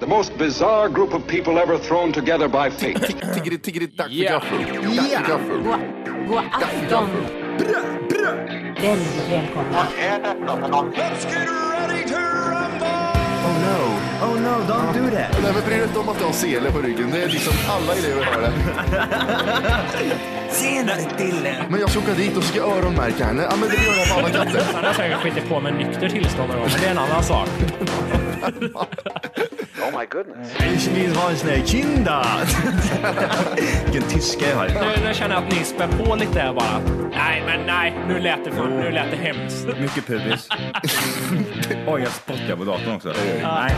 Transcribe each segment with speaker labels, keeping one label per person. Speaker 1: The most bizarre group of people ever thrown together by fate.
Speaker 2: Tiggeri, tiggeri, dack för
Speaker 3: Yeah.
Speaker 2: gaffel. Dack för gaffel.
Speaker 4: God, god afton. Väldigt välkomna.
Speaker 5: Oh no, oh no, don't do that.
Speaker 2: Nej, men bry dig inte om att du har sele på ryggen. Det är liksom alla elever har det.
Speaker 5: Senare Dille.
Speaker 2: Men jag ska åka dit och ska öronmärka henne. Ja, men det gör jag på alla katter.
Speaker 3: Han har säkert skitit på med nykter tillstånd någon gång, men det är en annan sak.
Speaker 5: Ich will ha en sån här kinda. Vilken tyska jag har.
Speaker 3: Nu, nu känner jag att ni spär på lite här bara. Nej, men nej, nu lät det, fan, nu lät det hemskt.
Speaker 6: Mycket pubis. Oj, jag spottar på datorn också. Nej,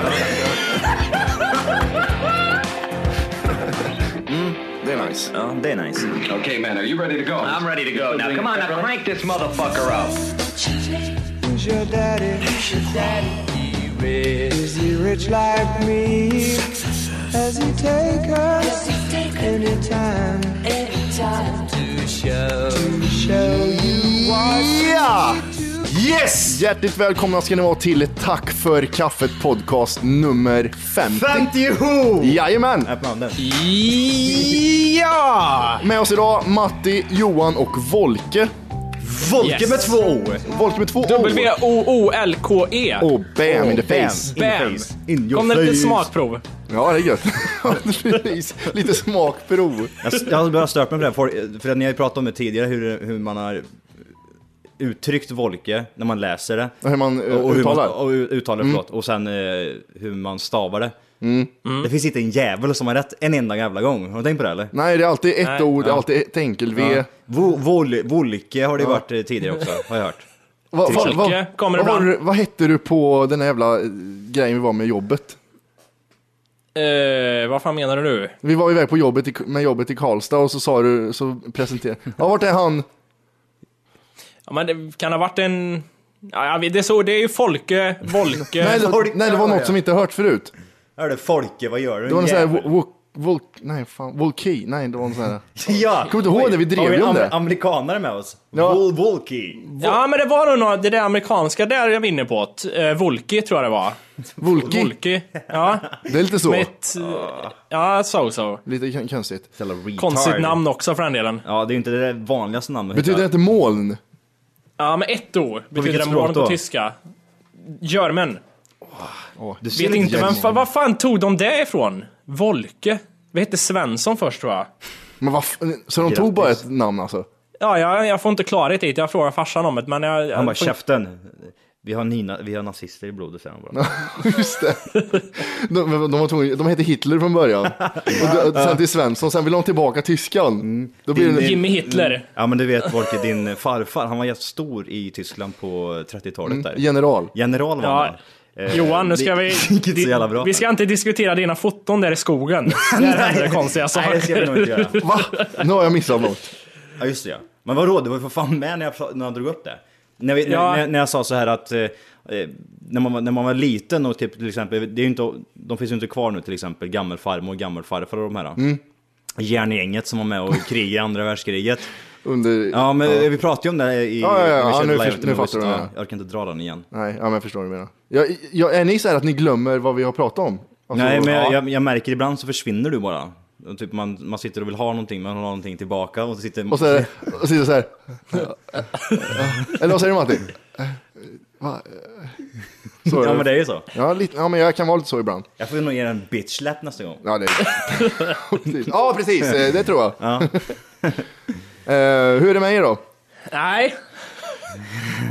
Speaker 2: Det är nice.
Speaker 6: ja, det är nice.
Speaker 1: okay, man, are you ready to go?
Speaker 7: I'm ready to go. Now, come on, now crank this motherfucker up.
Speaker 2: Ja! Yes! Hjärtligt välkomna ska ni vara till Tack för kaffet podcast nummer 50.
Speaker 5: 50
Speaker 2: Jajamän!
Speaker 6: Öppna handen.
Speaker 5: Ja!
Speaker 2: Med oss idag Matti, Johan och Volke.
Speaker 5: Volke
Speaker 3: Yes.
Speaker 5: med två O.
Speaker 2: Volke med två O.
Speaker 3: W-O-O-L-K-E.
Speaker 2: Och bam in the face.
Speaker 3: E. Bam!
Speaker 6: In face. In Oh, your
Speaker 3: Kom det lite
Speaker 6: face.
Speaker 3: smakprov?
Speaker 2: Ja, det är gött. Precis. Lite smakprov.
Speaker 6: Jag, jag har börjat stört mig på det här, för, för att ni har ju pratat om det tidigare, hur, hur man har uttryckt Volke när man läser det.
Speaker 2: Hur man eh,
Speaker 6: Och hur
Speaker 2: uttalar.
Speaker 6: Man, och u- uttalar, förlåt. Och sen eh, hur man stavar det. Det finns inte en jävel som har rätt en enda jävla gång. Har du tänkt på det eller?
Speaker 2: Nej, det är alltid ett
Speaker 3: Nej,
Speaker 2: ord, det är alltid ett enkel V.
Speaker 6: Ja. Vo- vol- Volke har det ju varit eh, tidigare också, har jag hört.
Speaker 2: Va, va,
Speaker 3: exempel.
Speaker 2: va,
Speaker 3: Volke, kommer
Speaker 2: vad,
Speaker 3: ibland.
Speaker 2: var du- vad hette du på den här jävla eh, grejen vi var med jobbet?
Speaker 3: Eh, vad fan menar du nu?
Speaker 2: Vi var iväg på jobbet i, med jobbet i Karlstad och så sa du, så presenterade Ja, vart är han?
Speaker 3: Ja, men det kan ha varit en... Ja, jag vet, det, är så, det är ju Folke, Volke...
Speaker 2: Nej, det,
Speaker 6: Volke,
Speaker 2: nej, det var
Speaker 6: var
Speaker 2: något
Speaker 6: det.
Speaker 2: som vi inte hört förut.
Speaker 6: Hör du Folke, vad gör du?
Speaker 2: Det var någon sån här,
Speaker 6: jävel?
Speaker 2: wo- wo- volk, nej fan, Volki, nej det var någon sån här.
Speaker 6: Ja!
Speaker 2: Kommer du inte ihåg det? Vi drev
Speaker 6: Har
Speaker 2: ju om
Speaker 6: en
Speaker 2: det.
Speaker 6: am- amerikanare med oss.
Speaker 2: Ja.
Speaker 6: Vol- Volke.
Speaker 3: Ja, men det var nog något, det där amerikanska där jag var inne på. T- Eh, Volki tror jag det var.
Speaker 2: Volki,
Speaker 3: Volki. Ja.
Speaker 2: det är lite så.
Speaker 3: Med ett, ja, so so.
Speaker 2: Lite kon- konstigt.
Speaker 6: Jävla retard.
Speaker 3: Konstigt namn också för den delen.
Speaker 6: Ja, det är ju inte det där vanligaste namnet.
Speaker 2: Betyder det inte moln?
Speaker 3: Ja, men ett ord betyder
Speaker 6: vilket
Speaker 3: en
Speaker 6: språk
Speaker 3: barn på
Speaker 6: då?
Speaker 3: tyska. Görmen.
Speaker 2: Du ser
Speaker 3: Vet inte, men
Speaker 2: jävla-
Speaker 3: fa, vad fan tog de det ifrån? Volke? Vi hette Svensson först tror jag.
Speaker 2: Men vad fan, så de tog bara ett namn alltså?
Speaker 3: Ja, jag, jag får inte klarhet i det. Jag frågar farsan om det, men jag... jag
Speaker 6: Han bara,
Speaker 3: får-
Speaker 6: käften. Vi har, nina, vi har nazister i blodet, säger han bara.
Speaker 2: Just det. De, de, var tvungna, de hette Hitler från början. Och då, sen till Svensson, sen vill de tillbaka tyskan.
Speaker 6: Mm.
Speaker 2: Då blir det,
Speaker 3: Jimmy Hitler.
Speaker 6: Ja, men du vet Volke, din farfar, han var jättestor i Tyskland på 30-talet där.
Speaker 2: Mm, general.
Speaker 6: General var han
Speaker 3: Ja.
Speaker 6: då. Eh,
Speaker 3: Johan, nu ska
Speaker 6: det-
Speaker 3: vi...
Speaker 6: Det gick inte så jävla bra.
Speaker 3: Vi ska inte diskutera dina foton där i skogen. Där händer det konstiga
Speaker 6: Nej, det ska vi
Speaker 3: saker.
Speaker 6: nog inte göra.
Speaker 2: Va? Nu har jag missat något.
Speaker 6: Ja just det ja. Men vadå, du var ju för fan med när jag, pra- när jag drog upp det. När, vi,
Speaker 3: Ja.
Speaker 6: när, när jag sa så här att eh, eh, när, man, var- när man var liten och typ till exempel, det är ju inte, de finns ju inte kvar nu till exempel, gammelfarmor och gammelfarfar och de här. Mm. Järngänget som var med och krigade i andra världskriget.
Speaker 2: Under...
Speaker 6: Ja men vi pratade ju om det här i...
Speaker 2: Ja, ja, ja.
Speaker 6: när vi
Speaker 2: Ja,
Speaker 6: körde
Speaker 2: nu
Speaker 6: Live
Speaker 2: först-
Speaker 6: at
Speaker 2: nu
Speaker 6: Movies.
Speaker 2: fattar du
Speaker 6: Ja,
Speaker 2: det.
Speaker 6: Jag orkar inte dra den igen.
Speaker 2: Nej, ja, men jag förstår vad du menar. Jag, jag, är ni så här att ni glömmer vad vi har pratat om? Alltså,
Speaker 6: Nej men
Speaker 2: ja.
Speaker 6: jag, jag, jag märker ibland så försvinner du bara. Och Typ man, man sitter och vill ha någonting men man har någonting tillbaka och så sitter...
Speaker 2: Och så, är det- och så sitter jag så här. Eller vad säger du Martin? Va? Så
Speaker 6: ja
Speaker 2: är
Speaker 6: men
Speaker 2: det.
Speaker 6: det är ju så.
Speaker 2: Ja, lite, ja, men jag kan vara lite så ibland.
Speaker 6: Jag får nog ge dig en bitch slap nästa gång.
Speaker 2: Ja, det precis. ja, precis. eh, Det tror jag. Eh, hur är det med er då?
Speaker 3: Nej,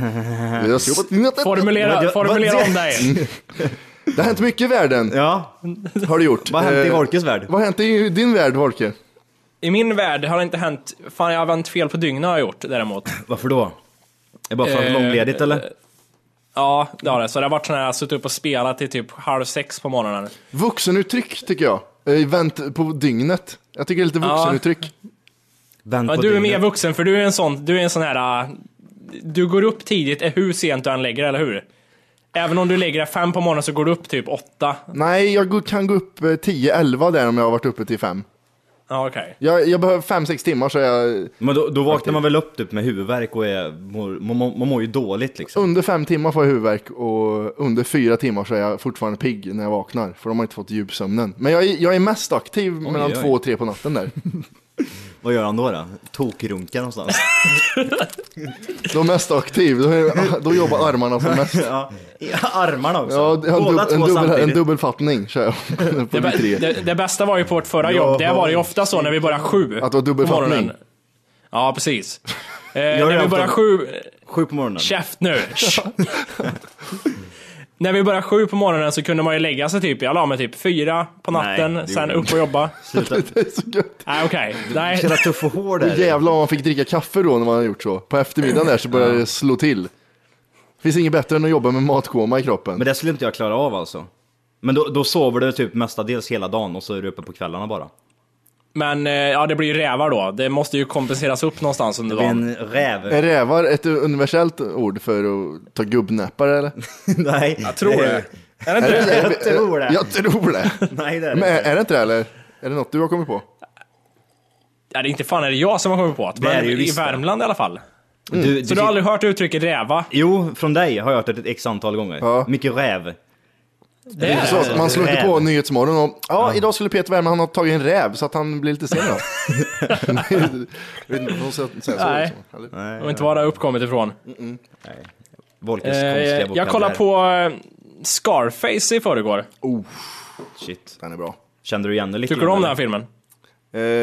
Speaker 2: Jag har jobbat-
Speaker 6: Vad-
Speaker 3: formulera,
Speaker 6: vad-
Speaker 3: formulera
Speaker 6: vad-
Speaker 3: om dig.
Speaker 2: Det har hänt mycket i världen,
Speaker 6: Ja,
Speaker 2: har det gjort.
Speaker 6: Vad har hänt i
Speaker 2: Eh,
Speaker 6: Volkes värld?
Speaker 2: Vad har hänt i din värld, Volke?
Speaker 3: I min värld har det inte hänt... Fan, jag har vänt fel på dygnet har jag gjort däremot.
Speaker 6: Varför då? Är bara för att
Speaker 3: Eh,
Speaker 6: långledigt eller?
Speaker 3: Ja, det har det. Så det har varit sån här, jag har suttit upp och spelat till typ halv sex på
Speaker 2: Mm.
Speaker 3: morgonen.
Speaker 2: Vuxenuttryck, tycker jag. Eh, vänt på dygnet. Jag tycker det är lite vuxenuttryck.
Speaker 6: Vänd
Speaker 3: Ja,
Speaker 6: på
Speaker 3: du är
Speaker 6: dygnet.
Speaker 2: Mm.
Speaker 3: mer vuxen, för du är en sån, du är en sån här... äh, Du går upp tidigt eh, hur sent du än lägger dig, eller hur? Även om du lägger dig fem på morgonen så går du upp typ åtta.
Speaker 2: Nej, jag går- kan gå upp eh, 10-11 där om jag har varit uppe till 5.
Speaker 3: Ja, okej.
Speaker 2: Jag, jag behöver fem sex timmar så är jag
Speaker 6: Men då, då vaknar man väl upp typ med huvudvärk och är, mår, man, mår- man mår ju dåligt liksom.
Speaker 2: under fem timmar får jag huvudvärk och under fyra timmar så är jag fortfarande pigg när jag vaknar. För de har inte fått djupsömnen. Men jag, är- jag är mest aktiv mellan
Speaker 6: oj.
Speaker 2: två och tre på natten där.
Speaker 6: Vad gör han då? då? Tokrunkar någonstans.
Speaker 2: Då är jag mest aktiv, då, är, då jobbar armarna som mest.
Speaker 6: ja, i armarna också.
Speaker 2: Ja, jag har
Speaker 6: Båda
Speaker 2: dub, en,
Speaker 6: två
Speaker 2: dubbel, en
Speaker 6: samtidigt.
Speaker 2: dubbelfattning kör jag på
Speaker 3: Det,
Speaker 2: de
Speaker 3: bä-
Speaker 2: tre.
Speaker 3: det, det bästa var ju på vårt förra jobb, det var ju ofta så när vi började sju.
Speaker 2: Att det var dubbel
Speaker 3: på morgonen.
Speaker 2: fattning.
Speaker 3: Ja, precis. Eh,
Speaker 6: har ju
Speaker 3: när vi
Speaker 6: haft
Speaker 3: började
Speaker 6: en-
Speaker 3: sju...
Speaker 6: Sju på morgonen.
Speaker 3: Käft nu! när vi började sju på morgonen så kunde man ju lägga sig typ, jag la mig typ fyra på natten,
Speaker 6: det gjorde
Speaker 3: sen
Speaker 6: jag
Speaker 3: upp och jobba.
Speaker 6: Sluta.
Speaker 2: Det är så gött.
Speaker 3: Nej, okej. Nej.
Speaker 6: Jävla tuff och hård är du.
Speaker 2: Jävlar om man fick dricka kaffe då när man har gjort så. På eftermiddagen där så börjar det slå till. Finns inget bättre än att jobba med matkoma i kroppen.
Speaker 6: Men det skulle inte jag klara av alltså. Men då, då sover du typ mestadels hela dagen och så är du uppe på kvällarna bara.
Speaker 3: Men eh, ja, det blir ju rävar då. Det måste ju kompenseras upp någonstans under
Speaker 6: Du är
Speaker 3: dagen.
Speaker 6: en räv.
Speaker 2: Är rävar ett universellt ord för att ta gubbnäppar eller?
Speaker 6: Nej. Jag
Speaker 3: Tror det. Är det inte
Speaker 2: Är
Speaker 3: det?
Speaker 2: det- är
Speaker 6: Jag tror det.
Speaker 2: Jag tror det.
Speaker 6: Nej det är
Speaker 2: Men är,
Speaker 6: det
Speaker 2: är det inte det eller? Är det något du har kommit på?
Speaker 3: Ja, det är inte fan är det jag som har kommit på det, men
Speaker 6: är det ju
Speaker 3: i
Speaker 6: visst det.
Speaker 3: Värmland i alla fall.
Speaker 6: inte. Du,
Speaker 3: Så du har aldrig hört uttrycket räva?
Speaker 6: Jo, från dig har jag hört det ett x antal gånger.
Speaker 2: Ja.
Speaker 6: Mycket räv.
Speaker 3: Det är
Speaker 2: Så
Speaker 3: det.
Speaker 2: att Alltså, man slår inte
Speaker 6: Räv.
Speaker 2: på Nyhetsmorgon och ja, idag skulle Peter Wärme, han har tagit en räv så att han blir lite sen då. Jag vet inte om de säger så.
Speaker 3: Nej.
Speaker 2: liksom, eller?
Speaker 3: Jag vet inte var det har uppkommit ifrån.
Speaker 6: Volkes
Speaker 3: Eh,
Speaker 6: konstiga
Speaker 3: jag
Speaker 6: vokabulär.
Speaker 3: kollade på eh, Scarface i förrgår.
Speaker 6: Shit.
Speaker 2: Den är bra.
Speaker 6: Kände du igen det lite?
Speaker 3: Tycker du om
Speaker 6: grann,
Speaker 3: den här filmen?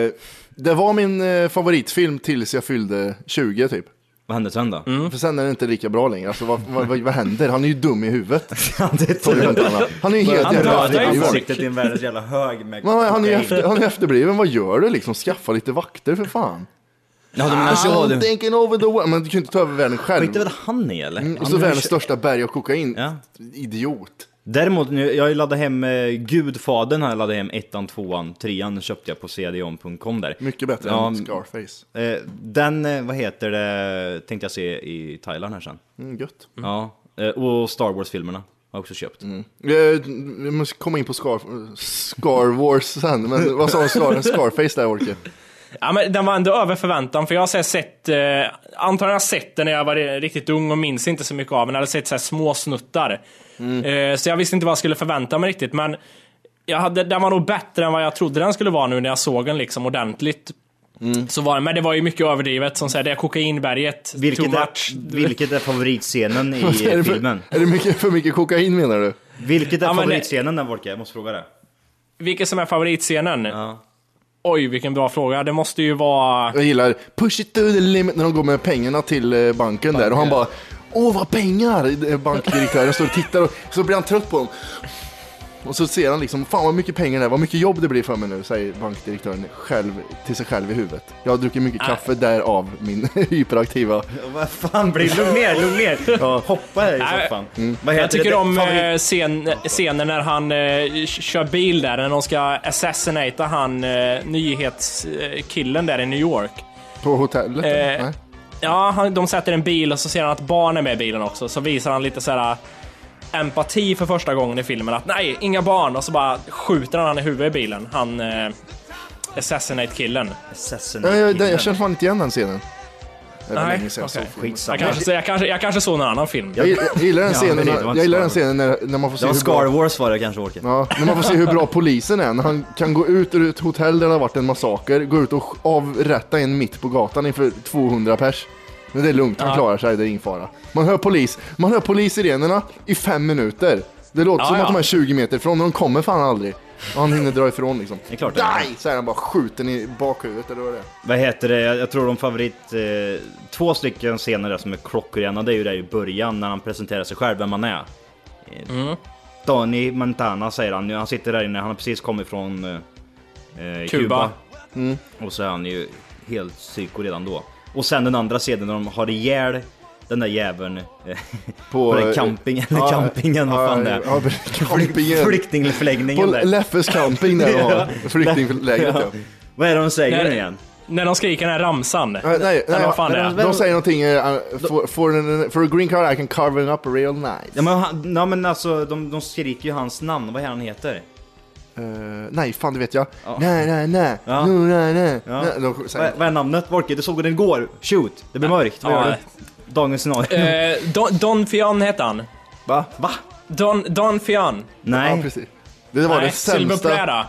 Speaker 2: Eh, det var min eh, favoritfilm tills jag fyllde 20 typ.
Speaker 6: eller? Vad hände sen då?
Speaker 3: Mm.
Speaker 2: För sen är det inte lika bra längre. Alltså, vad, vad, vad, vad händer? Han är ju dum i huvudet.
Speaker 6: det
Speaker 2: Tommy Huntarna. Han är ju helt
Speaker 3: Han
Speaker 2: jävla
Speaker 3: dödar ju
Speaker 2: efterbliven.
Speaker 3: folk.
Speaker 6: Ansiktet i en världens jävla hög med
Speaker 2: Men Han han är ju
Speaker 6: kokain.
Speaker 2: efter, han är efterbliven. Vad gör du liksom? Skaffa lite vakter för fan. Alltså,
Speaker 6: Ja, du menar så
Speaker 2: I'm
Speaker 6: Ah, du.
Speaker 2: thinking over the world. Men du kan ju inte ta över världen själv.
Speaker 6: Skiter väl han i eller?
Speaker 2: Mm, Och
Speaker 6: Han
Speaker 2: så
Speaker 6: är
Speaker 2: världens
Speaker 6: väl-
Speaker 2: största berg av kokain.
Speaker 6: Ja.
Speaker 2: Idiot.
Speaker 6: Däremot, nu, jag laddade hem eh, Gudfadern har jag laddat hem ettan, tvåan, trean köpte jag på cdon.com där.
Speaker 2: Mycket bättre
Speaker 6: Ja,
Speaker 2: än Scarface.
Speaker 6: eh, Den, eh, vad heter det, tänkte jag se i Thailand här sen.
Speaker 2: Mm, gött.
Speaker 6: Ja, eh, och Star Wars-filmerna har jag också köpt.
Speaker 2: Eh, Vi måste komma in på Scar, Scar Wars sen. Men vad sa du? Scar, Scarface där Orke?
Speaker 3: Ja, men den var ändå över förväntan, för jag har så här sett, eh, antagligen har jag sett den när jag var eh, riktigt ung och minns inte så mycket av den. Jag hade sett så här små snuttar.
Speaker 6: Mm.
Speaker 3: Eh, så jag visste inte vad jag skulle förvänta mig riktigt, men jag hade, den var nog bättre än vad jag trodde den skulle vara nu när jag såg den liksom ordentligt.
Speaker 6: Mm.
Speaker 3: Så var, den- men det var ju mycket överdrivet, som säger det är kokainberget, too
Speaker 6: Vilket är,
Speaker 3: much.
Speaker 6: vilket är favoritscenen i
Speaker 2: är, det för,
Speaker 6: filmen?
Speaker 2: är det mycket, för mycket kokain menar du?
Speaker 6: Vilket är
Speaker 3: Ja, men det-
Speaker 6: favoritscenen där Wolke? Jag måste fråga det.
Speaker 3: Vilken som är favoritscenen?
Speaker 6: Ja.
Speaker 3: Oj, vilken bra fråga. Det måste ju vara...
Speaker 2: Jag gillar push it to the limit när de går med pengarna till eh, banken där och han bara Åh vad pengar! Eh, Bankdirektören står och tittar och så blir han trött på dem. Och så ser han liksom, fan vad mycket pengar det är, vad mycket jobb det blir för mig nu, säger bankdirektören själv, till sig själv i huvudet. Jag har druckit mycket kaffe, därav min hyperaktiva.
Speaker 6: Vad fan blir Lugn ner, lugn ner! Hoppa här i
Speaker 3: Nej,
Speaker 6: soffan. Vad
Speaker 3: Jag tycker
Speaker 6: det?
Speaker 3: om
Speaker 6: Favorit-
Speaker 3: eh, scen, scenen när han eh, kör bil där, när de ska assassinata han eh, nyhetskillen där i New York.
Speaker 2: På hotellet? eller?
Speaker 3: Eh,
Speaker 2: Nej.
Speaker 3: Ja, han, de sätter en bil och så ser han att barn är med i bilen också. Så visar han lite så här eh, empati för första gången i filmen. Att nej, inga barn! Och så bara skjuter han han i huvudet i bilen. Han... Eh, Assassinate-killen.
Speaker 6: Assassin.
Speaker 2: Ja, jag, den- jag känner fan inte igen den scenen. Det var
Speaker 3: Nej,
Speaker 2: länge sedan jag såg
Speaker 3: okej.
Speaker 2: filmen.
Speaker 3: Jag
Speaker 6: Skitsamma.
Speaker 3: kanske, så jag, kanske, jag kanske såg någon annan film.
Speaker 2: Jag gillar- jag gillar den
Speaker 6: Ja,
Speaker 2: scenen,
Speaker 6: men det var
Speaker 2: när-
Speaker 6: inte
Speaker 2: jag gillar
Speaker 6: Scar
Speaker 2: den
Speaker 6: Wars.
Speaker 2: scenen när, när man får
Speaker 6: Det
Speaker 2: se
Speaker 6: var
Speaker 2: hur bra
Speaker 6: Scar Wars var det kanske Wolke.
Speaker 2: Ja, när man får se hur bra polisen är. När han kan gå ut ur ett hotell där det har varit en massaker, gå ut och avrätta en mitt på gatan inför 200 pers. Men det är lugnt, han klarar sig, det är ingen fara. Man hör polis, man hör polissirenerna i fem minuter. Det låter
Speaker 3: Ja,
Speaker 2: som
Speaker 3: ja.
Speaker 2: att de är 20 meter ifrån, och de kommer fan aldrig. Och han hinner dra ifrån liksom.
Speaker 6: Det är klart det är.
Speaker 2: Nej! Så är han bara skjuten i bakhuvudet, eller vad det är.
Speaker 6: Vad heter det? Jag jag tror de favorit... Eh, två stycken scener där som är klockrena, det är ju där i början när han presenterar sig själv, vem man är. Mm. Tony Montana säger han nu. Han sitter där inne, han har precis kommit från eh, eh, Kuba.
Speaker 2: Mm.
Speaker 6: Och så är han ju helt psyko redan då. Och sen den andra scenen när de har ihjäl den där jäveln eh, på, den campingen, eller campingen, vad fan det är.
Speaker 2: eh, Ja, campingen. På
Speaker 6: Flyktingförläggningen där.
Speaker 2: Leffes camping där de har flyktinglägret. Ja.
Speaker 6: Vad är det de säger
Speaker 3: Nej,
Speaker 6: nu
Speaker 3: det-
Speaker 6: igen?
Speaker 3: När de skriker den här ramsan.
Speaker 2: Nej, nej,
Speaker 3: Eller vad fan
Speaker 2: nej,
Speaker 3: det är.
Speaker 2: de, säger någonting, eh, for, for, an, for a green card I can carve it up real nice.
Speaker 6: Ja men, han, ja, men alltså de, de skriker ju hans namn, vad är han heter?
Speaker 2: eh, nej, fan det vet jag. Nej, nej, nej.
Speaker 6: Ja.
Speaker 2: Nu, nej, nej.
Speaker 6: Ja.
Speaker 2: nej. De, så,
Speaker 6: Vad vad är namnet? Volke, du såg den igår. Shoot, det blir mörkt. Vad
Speaker 3: Ja.
Speaker 6: gör du? Dagens scenario.
Speaker 3: Eh, Don, Don Fian hette han.
Speaker 6: Va? Va?
Speaker 3: Don, Don Fian.
Speaker 2: ja,
Speaker 6: Nej.
Speaker 2: precis. Det var
Speaker 3: Nej,
Speaker 2: det sämsta.
Speaker 3: Silverpläda.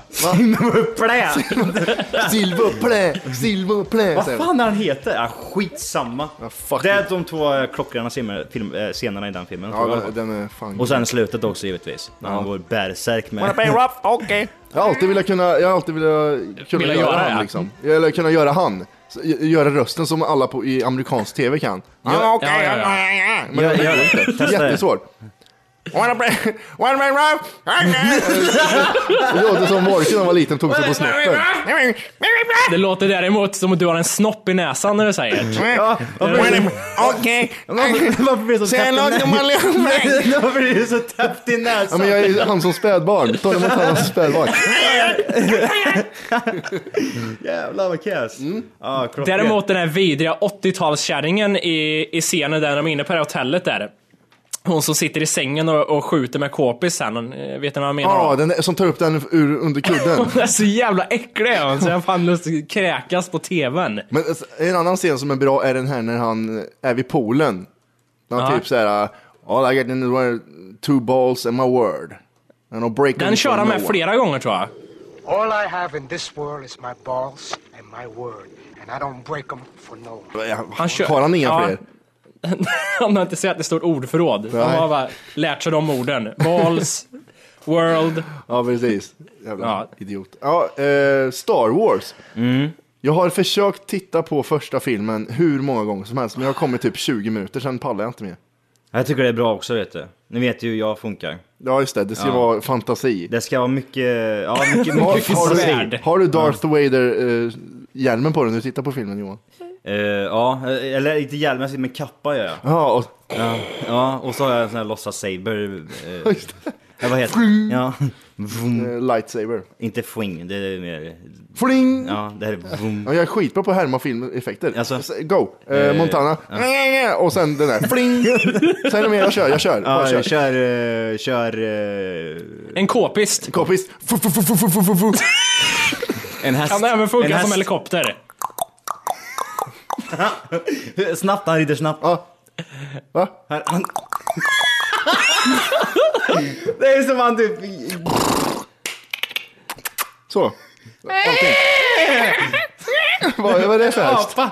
Speaker 6: Plä!
Speaker 2: Silverplä, silverplä.
Speaker 6: Vad
Speaker 2: säger de.
Speaker 6: fan är han heter? Ah, skitsamma.
Speaker 2: Ja, fuck
Speaker 6: det är
Speaker 2: it.
Speaker 6: de två eh, klockrena simmer- film- eh, scenerna i den filmen.
Speaker 2: Ja, den- den är fan
Speaker 6: och sen slutet också givetvis. När han går bärsärk med...
Speaker 2: Jag har alltid velat kunna, jag har alltid velat kunna
Speaker 3: Vilja
Speaker 2: göra,
Speaker 3: göra,
Speaker 2: han
Speaker 3: ja.
Speaker 2: liksom. Eller kunna göra han. Så, gö- Göra rösten som alla på, i amerikansk tv kan. Ah, Ja,
Speaker 3: ja, ja, ja.
Speaker 2: Men jag gör det inte.
Speaker 6: Testa det.
Speaker 2: Jättesvårt. Wanna play, wanna play uh, rough? Det låter som Morke när han var liten tog sig på snoppen.
Speaker 3: Det låter däremot som att du har en snopp i näsan när du säger det.
Speaker 6: Ja, varför-
Speaker 2: Okej.
Speaker 6: Varför blir det så täppt i näsan? Nej, Varför blir det så täppt i
Speaker 2: Ja,
Speaker 6: näsan?
Speaker 2: men jag är han som spädbarn. Tony Montana som spädbarn.
Speaker 6: Jävlar vad kass. Ja, klockrent.
Speaker 3: Däremot den här vidriga 80-talskärringen i, i scenen där de är inne på det här hotellet där. Hon som sitter i sängen och, och skjuter med kåpis sen. Eh, Vet ni vad jag menar?
Speaker 2: Ja,
Speaker 3: då?
Speaker 2: den är, som tar upp den ur, under kudden.
Speaker 3: Hon är så jävla äcklig är hon, så jag har fan lust att kräkas på tvn.
Speaker 2: Men alltså, en annan scen som är bra är den här när han är vid poolen. När han
Speaker 3: Ja.
Speaker 2: typ såhär, all I got in were two balls and my word. And I'll break them
Speaker 3: Den kör
Speaker 2: from
Speaker 3: han med
Speaker 2: nowhere."
Speaker 3: flera gånger tror jag.
Speaker 8: All I have in this world is my balls and my word, and I don't break them for no one.
Speaker 2: Ja,
Speaker 3: Han kör-
Speaker 2: Har han inga
Speaker 3: Ja.
Speaker 2: fler?
Speaker 3: Han har inte sett ett stort ordförråd. Han
Speaker 2: Nej.
Speaker 3: har bara lärt sig de orden. Balls, world.
Speaker 2: Ja, precis. Jävla
Speaker 3: Ja. Mm.
Speaker 2: idiot. Ja, eh, Star Wars. Jag har försökt titta på första filmen hur många gånger som helst, men jag har kommit typ 20 minuter, sen pallar jag inte mer.
Speaker 6: Jag tycker det är bra också vet du. Ni vet ju hur jag funkar.
Speaker 2: Ja, just det. Det ska vara fantasi.
Speaker 6: Det ska vara mycket, ja mycket,
Speaker 2: Har,
Speaker 6: mycket
Speaker 2: har,
Speaker 6: fantasi.
Speaker 3: svärd.
Speaker 2: du, har du Darth Vader-hjälmen på dig när du tittar på filmen, Johan?
Speaker 6: Eh, ja, eller inte hjälm, jag sitter med kappa gör jag.
Speaker 2: Ja, och
Speaker 6: Ja, ja och så har jag en sån här låtsas saber. Eh, ja, vad heter det? Ja. Vroom.
Speaker 2: eh, lightsaber.
Speaker 6: Inte fling, det är mer,
Speaker 2: Fling!
Speaker 6: ja det här är vroom.
Speaker 2: Ja, jag är skitbra på att härma filmeffekter.
Speaker 6: Alltså?
Speaker 2: S- Go! Eh, Montana. Och sen den där. Fling! Säg något mer, jag kör, jag kör. Bara
Speaker 6: Ja,
Speaker 2: kör.
Speaker 6: jag kör, eh, kör eh,
Speaker 3: En k-pist.
Speaker 2: Kompis. Fu, fu, fu, fu, fu, fu, fu, fu.
Speaker 6: en häst.
Speaker 3: Kan även
Speaker 6: en
Speaker 3: funka
Speaker 6: häst.
Speaker 3: som helikopter.
Speaker 6: Snabbt, han rider snabbt.
Speaker 2: Ja. Va?
Speaker 6: Här, han... det är som han typ...
Speaker 2: Så. Okej. Vad vad är det för häst?
Speaker 6: Apa!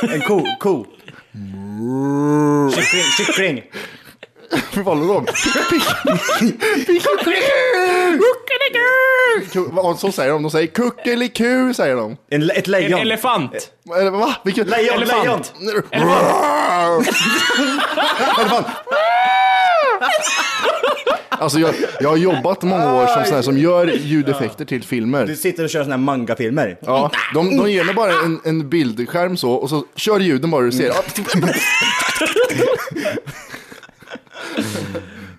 Speaker 6: en ko, ko. Kyckling, kyckling.
Speaker 2: Fy fan, vad lång. Ku- vad- Så säger de, de säger kuckeliku säger de.
Speaker 6: En, le- ett
Speaker 3: En
Speaker 6: lejon.
Speaker 3: elefant.
Speaker 2: Eller va? Vilket?
Speaker 6: Lejon,
Speaker 3: elefant.
Speaker 6: lejon.
Speaker 2: Alltså jag, jag har jobbat många år som sån här som gör ljudeffekter till filmer.
Speaker 6: Du sitter och kör såna här mangafilmer.
Speaker 2: Ja, de, de ger mig bara en, en bildskärm så och så kör ljuden bara du ser.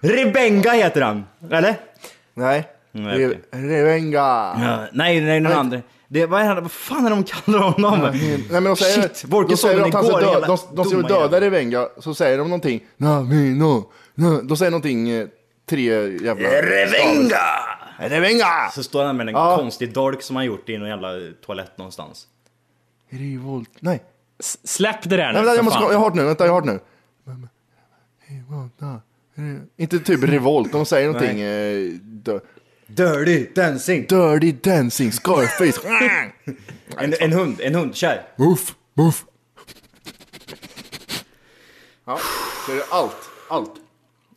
Speaker 6: Rebenga heter han. Eller?
Speaker 2: Nej.
Speaker 6: Nej, okej.
Speaker 2: Revenga.
Speaker 6: Ja, nej, nej, den andra. Det, vad, är han, vad fan är de kallar honom?
Speaker 2: Nej men de säger,
Speaker 6: Shit, Volker
Speaker 2: de
Speaker 6: såg
Speaker 2: säger
Speaker 6: den
Speaker 2: att han ska
Speaker 6: igår,
Speaker 2: döda,
Speaker 6: jävla
Speaker 2: de, de ska
Speaker 6: dumma
Speaker 2: döda
Speaker 6: jävel.
Speaker 2: Revenga, så säger de någonting. Na, mi, no, no. De säger någonting, eh, tre jävla...
Speaker 6: Revenga!
Speaker 2: Revenga!
Speaker 6: Så står han med en
Speaker 2: Ja.
Speaker 6: konstig dolk som han gjort i någon jävla toalett någonstans.
Speaker 2: Revolt, nej.
Speaker 3: S- Släpp det där
Speaker 2: Nej,
Speaker 3: nu
Speaker 2: vänta,
Speaker 3: för
Speaker 2: jag, måste,
Speaker 3: fan.
Speaker 2: jag har det nu, vänta, jag har det nu. Revolta, re- Inte typ revolt, de säger någonting. eh, dö-
Speaker 6: Dirty dancing!
Speaker 2: Dirty dancing, Scarface.
Speaker 6: En, en hund, en hund, kör!
Speaker 2: Woof, woof. Ja, så är det allt, allt.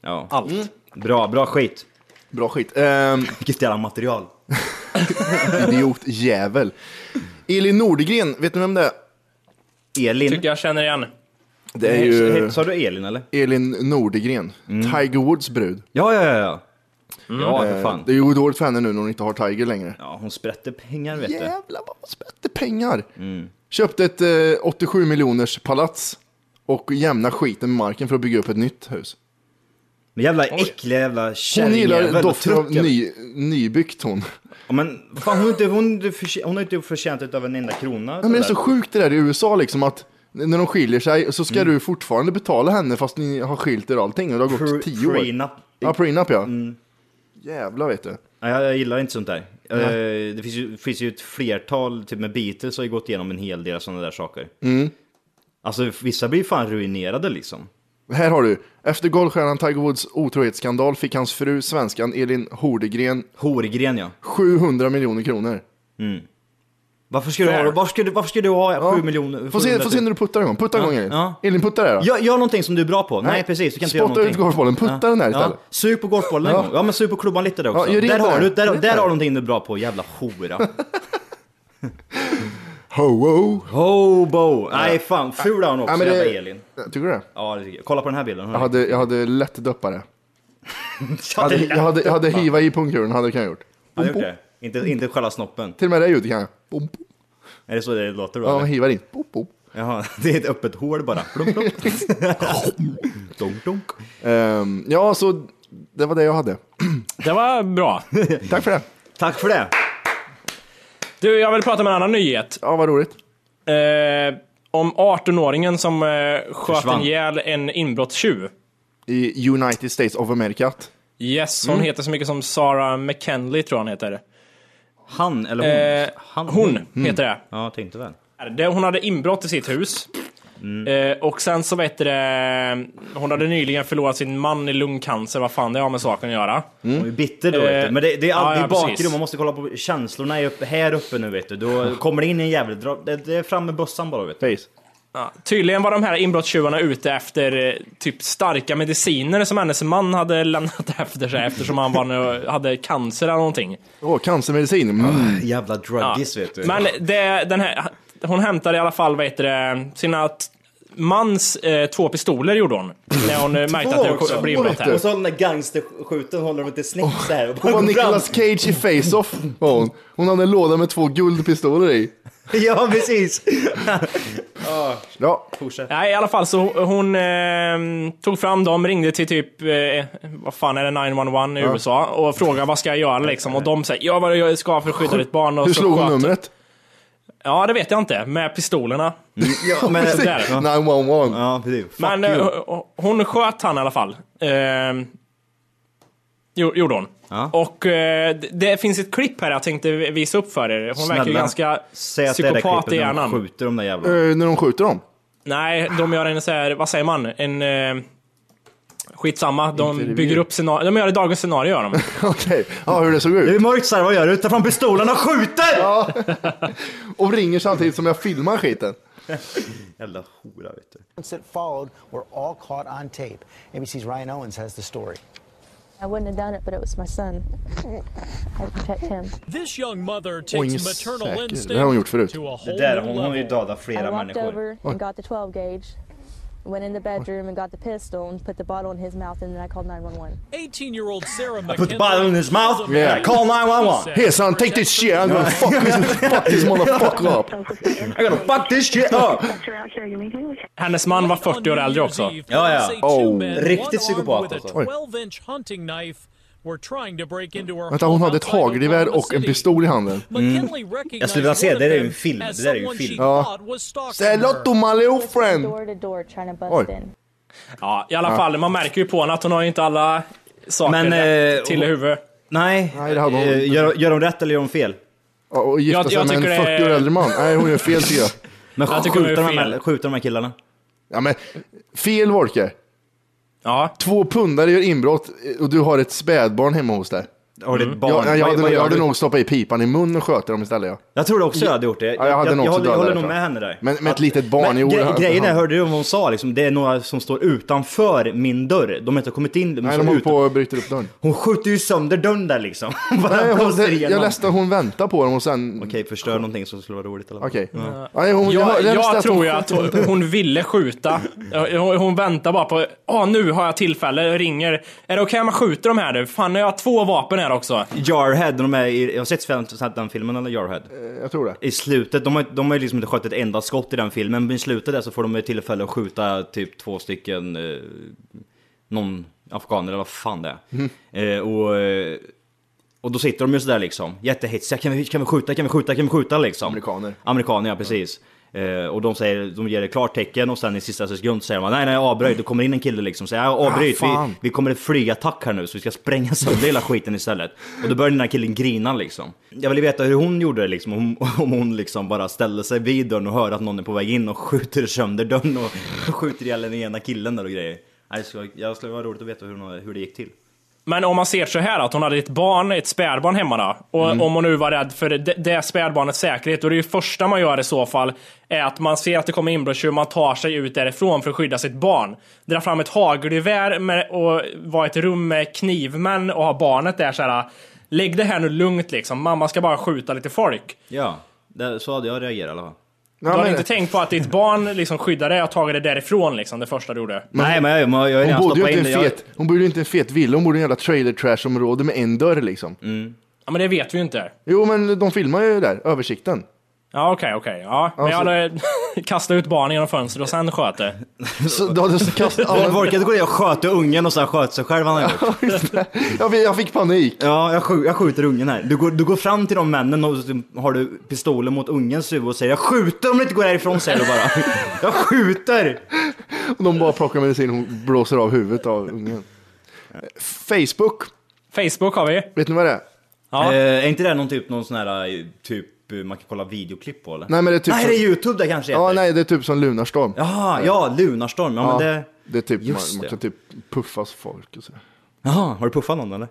Speaker 6: Ja. Allt.
Speaker 2: Mm.
Speaker 6: Bra, bra skit.
Speaker 2: Bra skit. Ehm,
Speaker 6: Vilket jävla material.
Speaker 2: Idiotjävel. Elin Nordgren, vet ni vem det är?
Speaker 6: Elin.
Speaker 3: Tycker jag känner igen.
Speaker 2: Det är ju
Speaker 6: Sa du Elin eller?
Speaker 2: Elin Nordgren,
Speaker 3: Mm.
Speaker 2: Tiger Woods brud.
Speaker 6: Ja, ja, ja. ja. Ja, för fan.
Speaker 2: Eh, Det är ju dåligt för henne nu när hon inte har Tiger längre.
Speaker 6: Ja, hon sprätter pengar vet du.
Speaker 2: Jävlar vad hon sprätte pengar.
Speaker 6: Mm.
Speaker 2: Köpte ett eh, 87 miljoners palats och jämna skiten med marken för att bygga upp ett nytt hus.
Speaker 6: Men jävla äckliga jävla
Speaker 2: Hon gillar
Speaker 6: kärringjävel och
Speaker 2: doften av
Speaker 6: trucken.
Speaker 2: ny, nybyggt hon.
Speaker 6: Ja, men vad fan, hon har inte, hon, har inte förtjä- hon har inte förtjänt utav en enda krona.
Speaker 2: Ja, men det är så sjukt det där i USA liksom att när de skiljer sig så ska
Speaker 6: Mm.
Speaker 2: du fortfarande betala henne fast ni har skilt er och allting och det har gått
Speaker 6: Pre-
Speaker 2: tio år.
Speaker 6: prenup.
Speaker 2: Ja, prenup ja. jävlar vet du.
Speaker 6: Nej, jag, jag gillar inte sånt där. Eh, Det finns ju, finns ju ett flertal, typ med Beatles har ju gått igenom en hel del sådana där saker.
Speaker 2: Mm.
Speaker 6: Alltså vissa blir fan ruinerade liksom.
Speaker 2: Här har du. Efter golfstjärnan Tiger Woods otrohetsskandal fick hans fru, svenskan Elin Hordegren,
Speaker 6: Horgren ja.
Speaker 2: 700 miljoner kronor.
Speaker 6: Varför ska du ha, varför ska du, varför ska du ha
Speaker 2: Ja.
Speaker 6: 7 miljoner?
Speaker 2: Få se,
Speaker 6: 700
Speaker 2: få se när du puttar en gång. Putta en gång Elin.
Speaker 6: ja.
Speaker 2: Elin, putta det då.
Speaker 6: Gör, gör någonting som du är bra på. Nej, precis, du kan inte göra
Speaker 2: Spotta
Speaker 6: någonting.
Speaker 2: ut golfbollen, putta den där
Speaker 6: Ja.
Speaker 2: istället.
Speaker 6: Sug på golfbollen en gång. Ja men sug på klubban lite där också.
Speaker 2: Ja, gör det
Speaker 6: där har
Speaker 2: där.
Speaker 6: du, där,
Speaker 2: Gör det
Speaker 6: där har
Speaker 2: där.
Speaker 6: du någonting du är bra på, jävla hora.
Speaker 2: Ho, ho.
Speaker 6: Hobo! Nej fan, ful är hon också,
Speaker 2: Ja, men
Speaker 6: jävla
Speaker 2: det-
Speaker 6: Elin.
Speaker 2: Tycker du det?
Speaker 6: Ja, det tycker jag. Kolla på den här bilden. hörru.
Speaker 2: Jag hade, jag hade lätt döppare. Jag
Speaker 6: Ja,
Speaker 2: hade,
Speaker 6: det är
Speaker 2: jag hade, jag hade
Speaker 6: lätt.
Speaker 2: hiva i pungkulan, hade jag kunnat gjort.
Speaker 6: Ja, det gjorde det. Inte, inte själva snoppen.
Speaker 2: Till och med det ljudet kan jag. Bom, bom.
Speaker 6: Är det så det låter då?
Speaker 2: Ja, man
Speaker 6: eller?
Speaker 2: hivar in. Bom, bom.
Speaker 6: Jaha, det är ett öppet hål bara. Plump, plump. donk, donk.
Speaker 2: Ehm, ja, så det var det jag hade.
Speaker 3: Det var bra.
Speaker 2: Tack för det.
Speaker 6: Tack för det!
Speaker 3: Du, jag vill prata om en annan nyhet.
Speaker 2: Ja, vad roligt.
Speaker 3: Eh, om 18-åringen som eh, sköt
Speaker 6: Försvann.
Speaker 3: ihjäl en inbrottstjuv.
Speaker 2: I United States of America.
Speaker 3: Yes,
Speaker 6: Mm.
Speaker 3: hon heter så mycket som Sarah McKenley tror jag hon heter.
Speaker 6: Han eller hon?
Speaker 3: Eh,
Speaker 6: Mm. Han, Mm.
Speaker 3: hon heter det.
Speaker 6: Ja, jag tänkte väl.
Speaker 3: Det- Hon hade inbrott i sitt hus.
Speaker 6: Mm.
Speaker 3: Eh, och sen så vet du det, hon hade nyligen förlorat sin man i lungcancer, vad fan det har med saken att göra.
Speaker 6: Hon är bitter då vet
Speaker 3: Eh,
Speaker 6: du. Men det, det är
Speaker 3: ja,
Speaker 6: alltid
Speaker 3: ja,
Speaker 6: bakgrund,
Speaker 3: precis.
Speaker 6: man måste kolla på känslorna är upp, här uppe nu vet du. Då kommer det in en jävel, dra, det, det är fram med bössan bara vet du.
Speaker 2: Face.
Speaker 3: Ja, tydligen var de här inbrottstjuvarna ute efter eh, typ starka mediciner som hennes man hade lämnat efter sig eftersom han var nu, hade cancer eller någonting.
Speaker 2: Åh, cancermedicin. Mm.
Speaker 6: Jävla druggis vet du.
Speaker 3: Men det, den här, hon hämtade i alla fall vad heter det, sina t- mans eh, två pistoler gjorde hon. När hon eh, märkte att det
Speaker 6: också?
Speaker 3: kom- blev inbrott här.
Speaker 6: Och så har den där gangsterskjuten håller dem inte snett så här.
Speaker 2: Hon var Nicolas Cage i Face-Off. var Hon. hon hade en låda med två guldpistoler i.
Speaker 6: ja precis!
Speaker 2: Ja,
Speaker 6: Fortsätt.
Speaker 3: Nej, i alla fall så hon eh, tog fram dem, ringde till typ, eh, vad fan är det, 911 i USA och frågade vad ska jag göra liksom. Och de säger, ja vad jag ska för att skydda ditt barn. Och
Speaker 2: hur
Speaker 3: så
Speaker 2: slog hon
Speaker 3: sköt-
Speaker 2: numret?
Speaker 3: Ja, det vet jag inte. Med pistolerna.
Speaker 6: Ja, men,
Speaker 3: Där.
Speaker 2: 911.
Speaker 6: ja precis. Fuck
Speaker 3: Men
Speaker 6: you.
Speaker 3: eh, hon sköt han i alla fall. Eh, jo- gjorde hon.
Speaker 6: Ja.
Speaker 3: Och eh, det- det finns ett klipp här jag tänkte visa upp för er. Hon verkar ju
Speaker 6: Snälla,
Speaker 3: ganska
Speaker 6: Säg att det är det
Speaker 3: psykopat i
Speaker 6: klippet när de
Speaker 3: hjärnan.
Speaker 6: skjuter de där jävlarna.
Speaker 2: Eh, när de skjuter dem?
Speaker 3: Nej, de gör en så här, vad säger man? En... Eh, skitsamma, de
Speaker 2: Intervju.
Speaker 3: bygger upp scenarier. De gör ett dagens scenario gör de.
Speaker 2: Okej, ja hur det såg
Speaker 6: Det
Speaker 2: ut.
Speaker 6: är mörkt såhär, vad gör du? Ta fram pistolen och skjuter!
Speaker 2: Och ringer samtidigt som jag filmar skiten.
Speaker 6: Jävla hora vet du.
Speaker 9: that followed were all caught on tape. ABC's Ryan Owens has the story.
Speaker 10: I wouldn't have done it, but it was my son. I had to protect him.
Speaker 11: This young mother
Speaker 2: Och
Speaker 11: takes
Speaker 2: ingen
Speaker 11: maternal
Speaker 2: säker.
Speaker 11: instinct
Speaker 2: Det här har hon gjort förut.
Speaker 3: uh,
Speaker 11: to a
Speaker 6: Det
Speaker 11: whole
Speaker 6: där,
Speaker 11: new
Speaker 6: hon har ju
Speaker 11: level.
Speaker 6: dödat
Speaker 10: I
Speaker 6: flera
Speaker 10: walked
Speaker 6: människor.
Speaker 10: over and got the 12 gauge, went in the bedroom and got the pistol and put the bottle in his mouth, and then I called 911.
Speaker 11: 18-year-old Sarah
Speaker 6: Put the bottle in his mouth,
Speaker 2: Yeah.
Speaker 6: I call 911.
Speaker 2: Here son, take this shit, I'm gonna fuck this, fuck this motherfucker up.
Speaker 6: I gotta fuck this shit up!
Speaker 3: Hennes man var 40 år äldre också.
Speaker 6: Ja, ja.
Speaker 2: Oh.
Speaker 6: Riktigt psykopat alltså.
Speaker 2: Oj.
Speaker 11: alltså.
Speaker 2: Vänta, hon hade ett hagelgevär och en pistol i handen.
Speaker 6: Mm. Jag skulle vilja se, det där är ju en film, det där är ju en film.
Speaker 2: Ja. Säg lotto
Speaker 10: I
Speaker 2: Malou
Speaker 10: was from
Speaker 2: friend!
Speaker 10: door to door trying to bust
Speaker 2: Oj.
Speaker 10: in.
Speaker 3: Ja, i alla fall, man märker ju på henne att hon har ju inte alla saker
Speaker 6: Men,
Speaker 3: rätt
Speaker 6: eh,
Speaker 3: till i huvudet.
Speaker 6: Nej,
Speaker 2: Nej, det hade hon
Speaker 6: eh,
Speaker 2: inte.
Speaker 6: gör, gör de rätt eller gör de fel?
Speaker 2: Ja, Och gifta
Speaker 3: Jag-
Speaker 2: sig
Speaker 3: jag
Speaker 2: med en
Speaker 3: tycker det är-
Speaker 2: 40 år äldre man. Nej hon gör fel tycker jag.
Speaker 6: Men
Speaker 3: Jag tycker
Speaker 6: skjuter
Speaker 3: de
Speaker 6: de,
Speaker 3: gör
Speaker 6: här,
Speaker 3: fel.
Speaker 6: skjuter de här killarna?
Speaker 2: Ja men, fel Wolke.
Speaker 3: Ja.
Speaker 2: Två pundare gör inbrott eh, och du har ett spädbarn hemma hos dig.
Speaker 6: Har du ett barn?
Speaker 2: Mm. Jag, jag,
Speaker 6: Vad-
Speaker 2: hade,
Speaker 6: vad gör
Speaker 2: jag hade
Speaker 6: du?
Speaker 2: nog stoppat i pipan i munnen och sköt dem istället. Ja.
Speaker 6: Jag tror också jag hade gjort det.
Speaker 2: Ja, jag hade nog också
Speaker 6: håller, jag
Speaker 2: dödat
Speaker 6: håller
Speaker 2: det,
Speaker 6: nog
Speaker 2: tror
Speaker 6: med
Speaker 2: jag.
Speaker 6: henne där.
Speaker 2: Men med ett litet barn i
Speaker 6: men, gre-
Speaker 2: oerhört-
Speaker 6: Grejen är, hörde du vad hon sa? Liksom, det är några som står utanför min dörr. De har inte kommit in. De
Speaker 2: Nej,
Speaker 6: står
Speaker 2: de håller
Speaker 6: utan-
Speaker 2: på och bryter upp dörren.
Speaker 6: Hon skjuter ju sönder dörren där liksom. Bara
Speaker 2: Nej,
Speaker 6: blåser
Speaker 2: hon, jag
Speaker 6: igenom.
Speaker 2: läste att hon väntar på dem och sen...
Speaker 6: Okej, förstör någonting som skulle vara roligt eller
Speaker 2: Okej. Nej, hon- jag
Speaker 3: Jag,
Speaker 2: hörde-
Speaker 3: jag,
Speaker 2: läste att
Speaker 3: tror
Speaker 2: hon-
Speaker 3: ju att hon, hon ville skjuta. Hon, hon väntar bara på, ja nu har jag tillfälle, ringer. Är det okej om jag skjuter de här nu? Fan, jag har två vapen här också.
Speaker 6: Jarhead, de är i, jag har sett sven- sett den filmen eller Jarhead?
Speaker 2: Jag tror det.
Speaker 6: I slutet, de har, de har ju liksom inte skött ett enda skott i den filmen, men i slutet där så får de ju tillfälle att skjuta typ två stycken, eh, någon afghan eller vad fan det är. Eh, och, eh, och då sitter de ju sådär liksom, jättehetsiga, kan vi, kan vi skjuta, kan vi skjuta, kan vi skjuta liksom?
Speaker 2: Amerikaner.
Speaker 6: Amerikaner, ja precis. Eh, och de, säger, de ger det klartecken och sen i sista sekund säger man nej, nej, avbryt. Då kommer in en kille liksom och säger "Ja, avbryt,
Speaker 2: Ah, fan.
Speaker 6: vi, vi kommer ett flygattack här nu så vi ska spränga sönder hela skiten istället. Och då börjar den här killen grina liksom. Jag ville veta hur hon gjorde det liksom, om, om hon liksom bara ställde sig vid dörren och hör att någon är på väg in och skjuter sönder dörren och skjuter ihjäl den ena killen där och grejer. Nej, så, jag skulle vara roligt att veta hur, hon- hur det gick till.
Speaker 3: Men om man ser så här att hon hade ett barn, ett spädbarn hemma då. Och om hon nu var rädd för det, det spädbarnets säkerhet, då är det ju första man gör i så fall är att man ser att det kommer inbrottstjuv och man tar sig ut därifrån för att skydda sitt barn. Dra fram ett hagelgevär med- och vara i ett rum med knivmän och ha barnet där så här. Lägg det här nu lugnt liksom, mamma ska bara skjuta lite folk.
Speaker 6: Ja, det, så hade jag reagerat i alla fall.
Speaker 3: du hade inte tänkt på att ditt barn liksom skyddade dig och tagit det därifrån liksom, det första du gjorde.
Speaker 6: Nej, men jag, jag, jag,
Speaker 2: Hon
Speaker 6: jag
Speaker 2: bodde ju
Speaker 6: stoppade in
Speaker 2: inte i en
Speaker 6: det.
Speaker 2: fet, hon bodde ju inte i en fet villa, hon bodde i en jävla trailer trash område med en dörr liksom.
Speaker 6: Mm.
Speaker 3: Ja men det vet vi ju inte.
Speaker 2: Jo men de filmar ju där, översikten.
Speaker 3: Ja okej, okej. Ja. Men jag
Speaker 2: Alltså-
Speaker 3: hade kastat ut barnen genom fönstret och sen sköt det.
Speaker 2: Så då hade jag kastat
Speaker 6: Jag
Speaker 2: alla...
Speaker 6: orkade gå ner och sköta ungen och sen sköt sig själv han har gjort.
Speaker 2: jag, fick, jag fick panik.
Speaker 6: Ja, jag, skj- jag skjuter ungen här. Du går, du går fram till de männen och så har du pistolen mot ungens huvud och säger jag skjuter om du inte går härifrån säger du bara. Jag skjuter!
Speaker 2: Och de bara plockar medicin, hon blåser av huvudet av ungen. Facebook,
Speaker 3: Facebook har vi.
Speaker 2: vet ni vad det är?
Speaker 3: Ja.
Speaker 6: Eh, är inte det någon typ, någon sån här eh, typ eh, man kan kolla videoklipp på eller?
Speaker 2: Nej, men det är typ
Speaker 6: nej,
Speaker 2: som-
Speaker 6: det är youtube det kanske heter.
Speaker 2: Ja, nej, det är typ som Lunarstorm.
Speaker 6: Jaha, ja, Lunarstorm. Ja, men det...
Speaker 2: det är typ, man,
Speaker 6: Just
Speaker 2: man
Speaker 6: det.
Speaker 2: kan typ puffa folk och sådär.
Speaker 6: Jaha, har du puffat någon eller?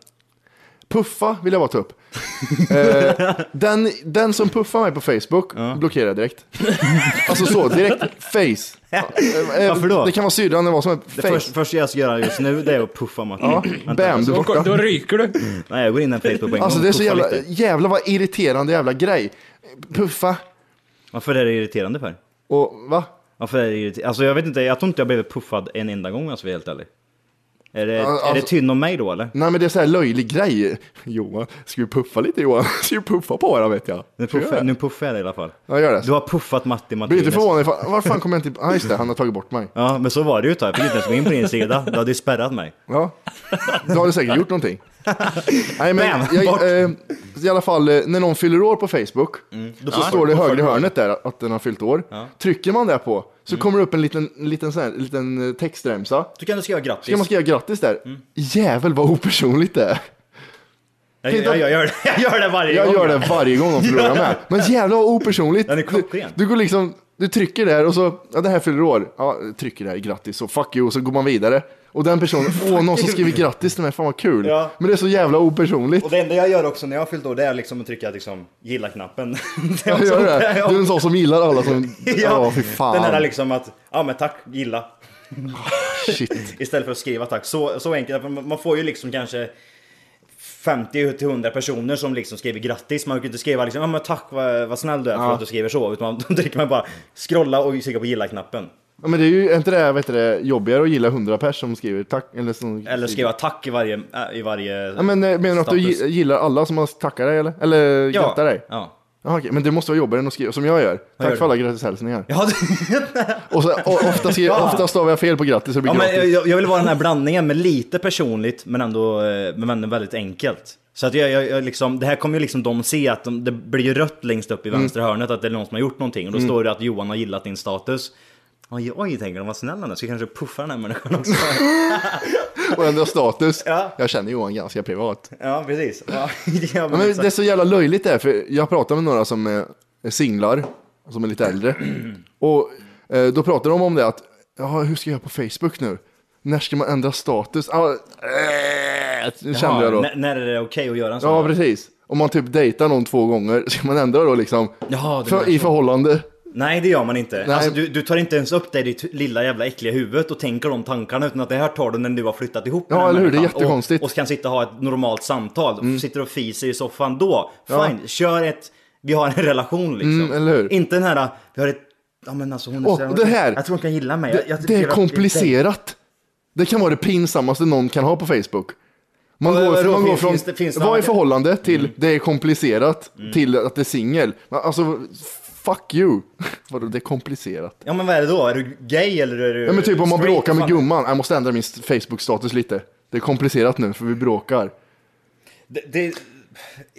Speaker 2: Puffa vill jag bara ta upp. eh, den, den som puffar mig på Facebook blockerar jag direkt. alltså så, direkt face. Eh, eh,
Speaker 6: Varför då?
Speaker 2: Det kan vara syrran eller vad som helst.
Speaker 6: Det
Speaker 2: Face.
Speaker 6: första, första jag ska göra just nu det är att puffa Martin.
Speaker 2: Ja,
Speaker 6: Vänta,
Speaker 2: bam, du är
Speaker 6: så-
Speaker 2: borta.
Speaker 3: Då ryker du.
Speaker 6: Nej, jag går in i en Facebook på en
Speaker 2: Alltså
Speaker 6: gång
Speaker 2: det är
Speaker 6: och
Speaker 2: så
Speaker 6: puffar
Speaker 2: jävla,
Speaker 6: lite.
Speaker 2: jävla vad irriterande jävla grej. Puffa
Speaker 6: Varför är det irriterande för?
Speaker 2: och va?
Speaker 6: Varför är det irriterande? Alltså jag vet inte, jag tror inte jag blivit puffad en enda gång om jag ska vara helt ärlig. Är det,
Speaker 2: Alltså-
Speaker 6: är det synd om mig då eller?
Speaker 2: Nej men det är så här löjlig grej. Johan, ska vi puffa lite Johan? Ska vi puffa på varandra vet jag?
Speaker 6: Nu
Speaker 2: Ska vi göra
Speaker 6: puffar,
Speaker 2: det?
Speaker 6: nu puffar jag dig i alla fall.
Speaker 2: Ja gör det.
Speaker 6: Du har puffat Matti
Speaker 2: Blir inte
Speaker 6: Martinez.
Speaker 2: förvånad ifall, var fan kommer jag inte, ja just det, han har tagit bort mig.
Speaker 6: Ja, men så var det ju ett tag. Jag fick inte ens gå in på din sida. Du hade ju spärrat mig.
Speaker 2: Ja, du hade säkert gjort någonting. Nej men,
Speaker 6: Bam, bort.
Speaker 2: jag, eh, i alla fall eh, när någon fyller år på Facebook Mm. så står det i högra hörnet där att den har fyllt år. Trycker man där på så kommer det upp en liten, liten, sån här, liten eh, textremsa.
Speaker 6: Du kan du skriva grattis.
Speaker 2: Ska man skriva grattis där? Jävel vad opersonligt det är.
Speaker 6: jag, jag, jag, gör det, jag gör det varje
Speaker 2: Jag
Speaker 6: gång.
Speaker 2: gör det varje gång de förlorar med. Men jävlar vad opersonligt.
Speaker 6: Den är
Speaker 2: Du,
Speaker 6: klockren.
Speaker 2: du går liksom, du trycker där och så, ja det här fyller år. Ja, trycker där, grattis och fuck you och så går man vidare. Och den personen, åh någon som skriver grattis till mig, fan vad kul.
Speaker 6: Ja.
Speaker 2: Men det är så jävla opersonligt.
Speaker 6: Och det enda jag gör också när jag har fyllt år det är liksom att trycka liksom, gilla-knappen. Det är
Speaker 2: Jag
Speaker 6: också-
Speaker 2: gör det. Du är en sån som gillar alla som, ja, fy
Speaker 6: Den där
Speaker 2: fan.
Speaker 6: liksom att, ja men tack, gilla.
Speaker 2: Shit.
Speaker 6: Istället för att skriva tack. Så, så enkelt, för man man får ju liksom kanske 50 till 100 personer som liksom skriver grattis. Man kan ju inte skriva liksom, ja men tack vad, vad snäll du är för att du skriver så. Utan man, då trycker man bara scrolla och klicka på gilla-knappen.
Speaker 2: Ja, men det är ju är inte det, här, vet du, det, jobbigare att gilla 100 pers som skriver tack. Eller, som,
Speaker 6: Eller skriva tack i varje, äh, i varje
Speaker 2: Ja, men, eh, menar du att du gi- gillar alla som har tackat dig eller? Eller
Speaker 6: Ja.
Speaker 2: grattat dig?
Speaker 6: Ja.
Speaker 2: Jaha, okej, men det måste vara jobbigare än att skriva, som jag gör. Tack
Speaker 6: gör
Speaker 2: för
Speaker 6: du?
Speaker 2: alla grattishälsningar.
Speaker 6: Ja, du,
Speaker 2: Och så, o- ofta, skriver, ofta stavar jag fel på grattis och det
Speaker 6: ja,
Speaker 2: blir
Speaker 6: men
Speaker 2: gratis.
Speaker 6: jag, jag vill vara den här blandningen med lite personligt men ändå, eh, men ändå väldigt enkelt. Så att jag, jag, jag liksom, det här kommer ju liksom de se att de, det blir ju rött längst upp i
Speaker 2: Mm.
Speaker 6: vänstra hörnet att det är någon som har gjort någonting och då står det att Johan har gillat din status. Oj, oj, tänker de, vad snäll han är. Så jag kanske puffa den här människan också.
Speaker 2: Och ändra status.
Speaker 6: Ja.
Speaker 2: Jag känner Johan ganska privat.
Speaker 6: ja, precis. Ja, ja,
Speaker 2: Ja,
Speaker 6: men
Speaker 2: men det är
Speaker 6: exakt.
Speaker 2: så jävla löjligt det här, för jag pratar med några som är är singlar, som är lite äldre. Och eh, då pratar de om det att, ja, hur ska jag göra på Facebook nu? När ska man ändra status? Ah, äh, kände jag då.
Speaker 6: När, när är det okej att göra en sån?
Speaker 2: Ja,
Speaker 6: här?
Speaker 2: precis. Om man typ dejtar någon två gånger, ska man ändra då liksom?
Speaker 6: Jaha, det
Speaker 2: för,
Speaker 6: menar
Speaker 2: I
Speaker 6: så.
Speaker 2: förhållande?
Speaker 6: Nej det gör man inte.
Speaker 2: Nej.
Speaker 6: Alltså, du, du tar inte ens upp det i ditt lilla jävla äckliga huvud och tänker de tankarna utan att det här tar du när du har flyttat ihop
Speaker 2: Ja,
Speaker 6: den här
Speaker 2: eller hur? Det är
Speaker 6: människan
Speaker 2: jättekonstigt. Mm.
Speaker 6: Och, och kan sitta och ha ett normalt samtal. Sitter och fiser i soffan då. Fine, kör ett... Vi har en relation liksom.
Speaker 2: Mm, eller hur?
Speaker 6: Inte den här... Vi har ett... Ja men alltså hon är
Speaker 2: Åh,
Speaker 6: så-
Speaker 2: det här!
Speaker 6: Jag tror hon kan gilla mig.
Speaker 2: Det,
Speaker 6: jag, jag
Speaker 2: det
Speaker 6: tycker
Speaker 2: är
Speaker 6: att-
Speaker 2: komplicerat. Det kan vara det pinsammaste någon kan ha på Facebook. Man
Speaker 6: Vad-
Speaker 2: går,
Speaker 6: vadå?
Speaker 2: man går
Speaker 6: Finns-
Speaker 2: från
Speaker 6: finns det- finns det
Speaker 2: vad är
Speaker 6: andra- Mm.
Speaker 2: förhållande till det är komplicerat till att det är singel. Men Alltså, fuck you. Vadå, det är komplicerat.
Speaker 6: Ja men vad är det då? Är du gay eller är du...
Speaker 2: Ja, men typ om man
Speaker 6: straight?
Speaker 2: bråkar med
Speaker 6: Fan.
Speaker 2: gumman, jag måste ändra min Facebook-status lite. Det är komplicerat nu för vi bråkar.
Speaker 6: Det, det,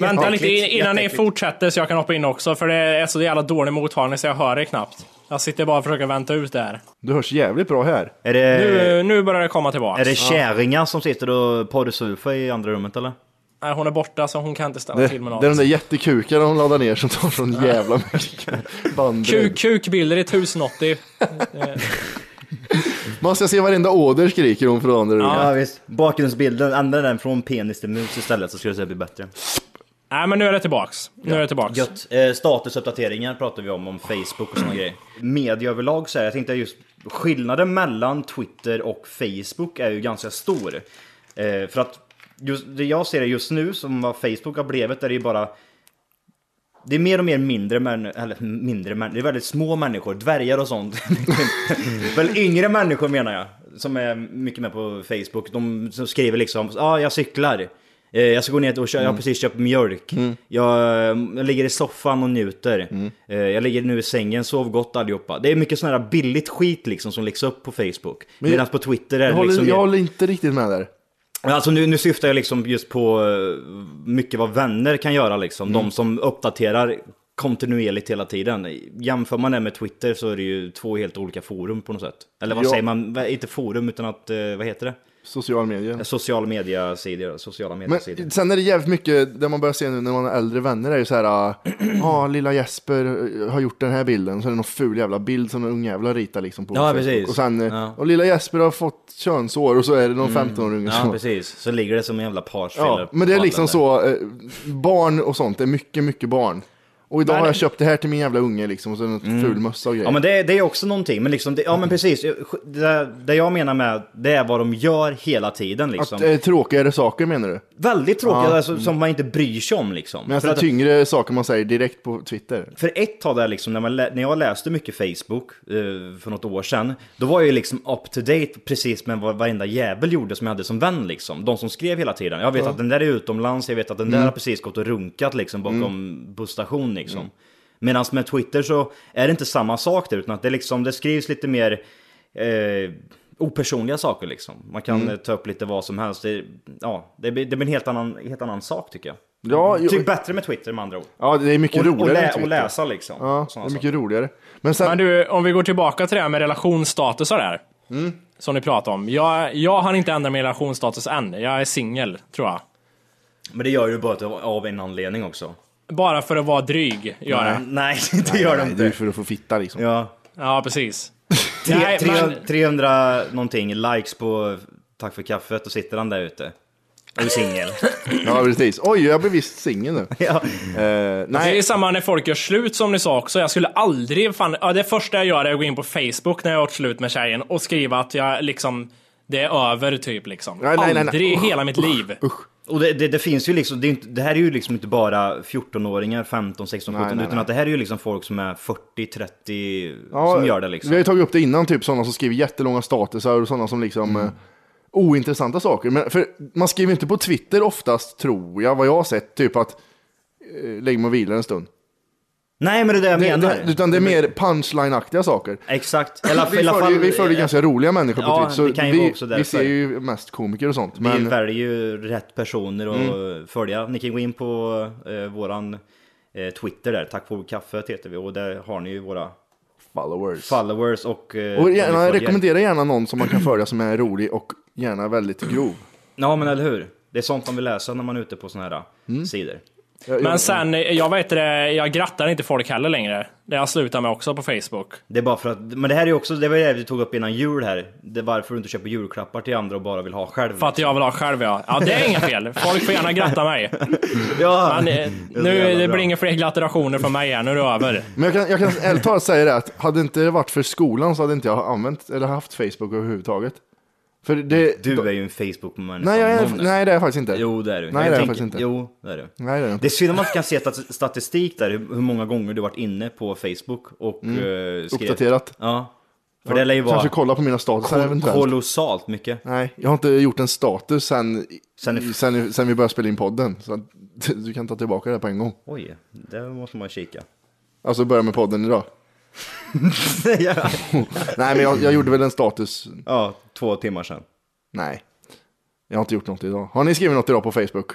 Speaker 3: Vänta
Speaker 12: Jätteäckligt,
Speaker 3: lite innan ni
Speaker 12: jätteäckligt.
Speaker 3: fortsätter så jag kan hoppa in också, för det är så jävla dålig mottagning så jag hör det knappt. Jag sitter bara och försöker vänta ut det här.
Speaker 2: Du hörs jävligt bra här.
Speaker 6: Är det,
Speaker 3: Nu, nu börjar det komma tillbaka.
Speaker 6: Eh, är det kärringar som sitter och porrsurfar i andra rummet eller?
Speaker 3: Nej, hon är borta så hon kan inte ställa
Speaker 2: Det,
Speaker 3: till med
Speaker 2: det är de
Speaker 3: något.
Speaker 2: där jättekukarna de laddar ner som tar från jävla mycket
Speaker 3: Kuk,
Speaker 2: bandbredd.
Speaker 3: kukbilder i 1080.
Speaker 2: Man ska se varenda åder skriker hon från det rummet.
Speaker 6: Ja, visst. Bakgrundsbilden, ändra den från penis till mus istället så skulle det bli bättre.
Speaker 3: Nej men nu är det tillbaks. Nu är det tillbaks.
Speaker 6: Gött. Eh, statusuppdateringar pratar vi om, om Facebook och såna grejer. Media överlag så här, jag tänkte just skillnaden mellan Twitter och Facebook är ju ganska stor. Eh, för att just, det jag ser just nu som vad Facebook har blivit är det ju bara det är mer och mer mindre män, eller mindre män, det är väldigt små människor, dvärgar och sånt. Väl yngre människor menar jag, som är mycket med på Facebook. De som skriver liksom, ja ah, jag cyklar, eh, jag ska gå ner och köra, jag har
Speaker 12: Mm.
Speaker 6: precis köpt mjölk.
Speaker 2: Mm.
Speaker 6: Jag, jag ligger i soffan och njuter. Eh, jag ligger nu i sängen, sov gott allihopa. Det är mycket sån här billigt skit liksom som läggs upp på Facebook.
Speaker 2: Men-
Speaker 6: Medan på Twitter är
Speaker 2: Jag
Speaker 6: det
Speaker 2: håller,
Speaker 6: liksom...
Speaker 2: jag håller inte riktigt med där.
Speaker 6: Alltså nu, nu syftar jag liksom just på eh, mycket vad vänner kan göra liksom.
Speaker 2: Mm.
Speaker 6: De som uppdaterar kontinuerligt hela tiden. Jämför man det med Twitter så är det ju två helt olika forum på något sätt. Eller vad
Speaker 2: Ja.
Speaker 6: säger man? Va- Inte forum utan att, eh, vad heter det?
Speaker 2: Social media.
Speaker 6: Social media-sidor, sociala mediesidor.
Speaker 2: Men sen är det jävligt mycket, det man börjar se nu när man är äldre vänner är ju så här, ah, ah, lilla Jesper eh, har gjort den här bilden, så är det någon ful jävla bild som en ung jävla ritar liksom på
Speaker 6: Ja,
Speaker 2: Facebook.
Speaker 6: precis.
Speaker 2: Och sen, eh,
Speaker 6: Ja. Mm.
Speaker 2: och lilla Jesper har fått könsår och så är det någon 15-åring
Speaker 6: Ja,
Speaker 2: som
Speaker 6: precis. Så ligger det som en jävla parsfiller.
Speaker 2: Ja, men det är
Speaker 6: på
Speaker 2: liksom
Speaker 6: alla
Speaker 2: så, eh, barn och sånt, det är mycket, mycket barn. Och idag
Speaker 6: Men-
Speaker 2: har jag köpt det här till min jävla unge liksom, och så är det något
Speaker 6: Mm.
Speaker 2: ful mössa och grejer.
Speaker 6: Ja men det, det är också någonting, men liksom, det,
Speaker 2: Mm.
Speaker 6: ja men precis. Det, det jag menar med, det är vad de gör hela tiden liksom.
Speaker 2: Att, eh, tråkigare saker menar du?
Speaker 6: Väldigt tråkiga,
Speaker 2: Ja. mm.
Speaker 6: alltså, som man inte bryr sig om liksom.
Speaker 2: Men alltså
Speaker 6: För att-
Speaker 2: tyngre saker man säger direkt på Twitter.
Speaker 6: För ett tag där liksom, när, man lä- när jag läste mycket Facebook eh, för något år sedan, då var jag ju liksom up to date precis med vad varenda jävel gjorde som jag hade som vän liksom. De som skrev hela tiden. Jag vet
Speaker 12: Ja.
Speaker 6: att den där är utomlands, jag vet att den där
Speaker 12: Mm.
Speaker 6: har precis gått och runkat liksom bakom
Speaker 12: Mm.
Speaker 6: busstation liksom.
Speaker 12: Mm.
Speaker 6: Medan med Twitter så är det inte samma sak där, utan att det liksom, det skrivs lite mer eh, opersonliga saker liksom. Man kan
Speaker 2: Mm.
Speaker 6: eh, ta upp lite vad som helst. Det, ja, det, blir- det blir en helt annan, helt annan sak tycker jag.
Speaker 2: Ja, jo-
Speaker 6: typ bättre med Twitter med andra ord.
Speaker 2: Ja, det är mycket
Speaker 6: Och- och
Speaker 2: roligare
Speaker 6: lä-
Speaker 2: än
Speaker 6: och
Speaker 2: Twitter.
Speaker 6: läsa, liksom.
Speaker 2: Ja, det
Speaker 6: Såna
Speaker 2: är mycket
Speaker 6: saker.
Speaker 2: roligare. Men sen...
Speaker 3: Men du, om vi går tillbaka till det här med relationsstatusar där.
Speaker 6: Mm.
Speaker 3: Som ni pratade om. Jag, jag har inte ändrat min relationsstatus än. Jag är singel, tror jag.
Speaker 6: Men det gör ju bara att- av en anledning också.
Speaker 3: Bara för att vara dryg, gör
Speaker 6: Nej,
Speaker 3: det.
Speaker 6: nej, det gör det inte.
Speaker 2: Det är för att få fitta liksom.
Speaker 6: Ja.
Speaker 3: Ja, precis.
Speaker 6: Tre,
Speaker 3: Nej,
Speaker 6: tre,
Speaker 3: men-
Speaker 6: 300 någonting likes på Tack för kaffet och sitter han där ute. Och är singel.
Speaker 2: Ja, precis. Oj, jag blir visst singel nu. Eh,
Speaker 3: Det är
Speaker 2: nej,
Speaker 3: samma när folk gör slut som ni sa också. Jag skulle aldrig, fan, ja, det första jag gör är att gå in på Facebook när jag har gjort slut med tjejen och skriva att jag liksom, det är över typ liksom.
Speaker 6: Nej, nej, nej, nej.
Speaker 3: aldrig i
Speaker 6: Usch,
Speaker 3: hela mitt liv.
Speaker 6: Och det, det, det finns ju liksom, det, är inte, det här är ju liksom inte bara 14-åringar, 15, 16, 17,
Speaker 2: Nej, nej,
Speaker 6: utan
Speaker 2: nej.
Speaker 6: att det här är ju liksom folk som är 40, 30,
Speaker 2: ja,
Speaker 6: som gör det liksom.
Speaker 2: Vi har ju tagit upp det innan, typ sådana som skriver jättelånga statusar och sådana som liksom
Speaker 6: Mm.
Speaker 2: eh, ointressanta saker. Men för man skriver inte på Twitter oftast, tror jag, vad jag har sett, typ att eh, lägg mig och vila en stund.
Speaker 6: Nej, men det är det jag menar.
Speaker 2: Det, utan det är mer punchline-aktiga saker.
Speaker 6: Exakt.
Speaker 2: vi följer, vi följer ganska roliga människor på
Speaker 6: Ja,
Speaker 2: Twitter, så
Speaker 6: det kan ju vara
Speaker 2: vi,
Speaker 6: också
Speaker 2: vi
Speaker 6: därför.
Speaker 2: ser ju mest komiker och sånt.
Speaker 6: Vi
Speaker 2: Men
Speaker 6: väljer ju rätt personer att
Speaker 2: Mm.
Speaker 6: följa. Ni kan gå in på eh, våran eh, Twitter där, Tack för kaffet heter vi och där har ni ju våra
Speaker 2: followers,
Speaker 6: followers och... Eh,
Speaker 2: och
Speaker 6: vad ni
Speaker 2: gärna,
Speaker 6: följer.
Speaker 2: rekommendera gärna någon som man kan följa som är rolig och gärna väldigt grov.
Speaker 6: Ja men eller hur? Det är sånt man vill läsa när man är ute på såna här eh,
Speaker 2: Mm.
Speaker 6: sidor.
Speaker 3: Men sen, jag vet det, jag grattar inte folk heller längre. Det har jag slutat med också på Facebook.
Speaker 6: Det är bara för att, men det här är ju också, det var ju det vi tog upp innan jul här. Det är varför du inte köper julklappar till andra och bara vill ha själv.
Speaker 3: För att jag vill ha själv ja. Ja, det är inga fel. Folk får gärna gratta mig. Men, eh, nu det blir inga fler gratulationer från mig här, nu är det över.
Speaker 2: Men jag kan, jag kan ärligt talat säga det att hade inte det varit för skolan så hade inte jag använt eller haft Facebook överhuvudtaget. För det,
Speaker 6: Du är ju en Facebook-människa.
Speaker 2: nej, jag är,
Speaker 6: Någon
Speaker 2: nej, det är jag faktiskt inte.
Speaker 6: Jo det är du.
Speaker 2: Nej, det är jag
Speaker 6: tänker-
Speaker 2: faktiskt inte.
Speaker 6: Jo det är du.
Speaker 2: Nej, det är jag inte.
Speaker 6: Det är synd om man inte kan se stat- statistik där, hur hur många gånger du varit inne på Facebook och
Speaker 2: Mm.
Speaker 6: eh, skrev.
Speaker 2: Uppdaterat.
Speaker 6: Ja. För
Speaker 2: Ja,
Speaker 6: det lär ju vara...
Speaker 2: Kanske kolla på mina statusar
Speaker 6: kol-
Speaker 2: eventuellt.
Speaker 6: Kolossalt mycket.
Speaker 2: Nej, jag har inte gjort en status sen, sen, sen, vi började spela in podden. Så att, du kan ta tillbaka det på en gång.
Speaker 6: Oj, där måste man kika.
Speaker 2: Alltså börja med podden idag. Nej, men jag, jag gjorde väl en status.
Speaker 6: Ja, två timmar sedan.
Speaker 2: Nej, jag har inte gjort något idag. Har ni skrivit något idag på Facebook?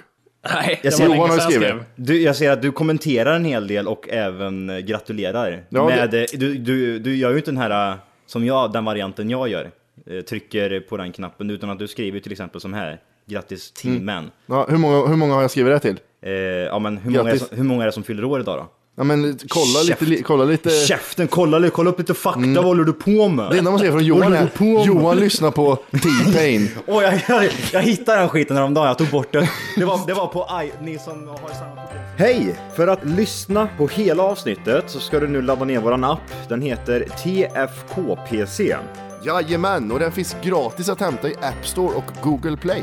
Speaker 3: Nej,
Speaker 6: jag
Speaker 3: det
Speaker 6: ser,
Speaker 3: var länge sedan jag skrev.
Speaker 6: Du, jag ser att du kommenterar en hel del och även eh, gratulerar.
Speaker 3: Ja,
Speaker 6: med, eh, du, du, du gör ju inte den här, eh, som jag, den varianten jag gör, eh, trycker på den knappen, utan att du skriver till exempel som här, grattis
Speaker 2: Mm.
Speaker 6: timmen.
Speaker 2: Ja, hur, många, hur många har jag skrivit det till?
Speaker 6: Eh, ja men hur många, är,
Speaker 2: Grattis.
Speaker 6: som- hur många är det som fyller år idag då?
Speaker 2: Ja, men kolla
Speaker 6: Käft.
Speaker 2: lite, li, kolla lite. Mm.
Speaker 6: Käften, kolla, li- kolla upp lite fakta, vad håller du på med?
Speaker 2: Det enda man ser från
Speaker 6: Vad
Speaker 2: Johan
Speaker 6: håller
Speaker 2: är,
Speaker 6: du på med?
Speaker 2: Johan lyssnar på T-Pain.
Speaker 6: Åh, jag, jag, jag hittade den skiten häromdagen, jag tog bort den. Det var, det var på I, ni som har samma problem. Hej! För att lyssna på hela avsnittet så ska du nu ladda ner våran app. Den heter TFKPC.
Speaker 2: Jajamän, och den finns gratis att hämta i App Store och Google Play.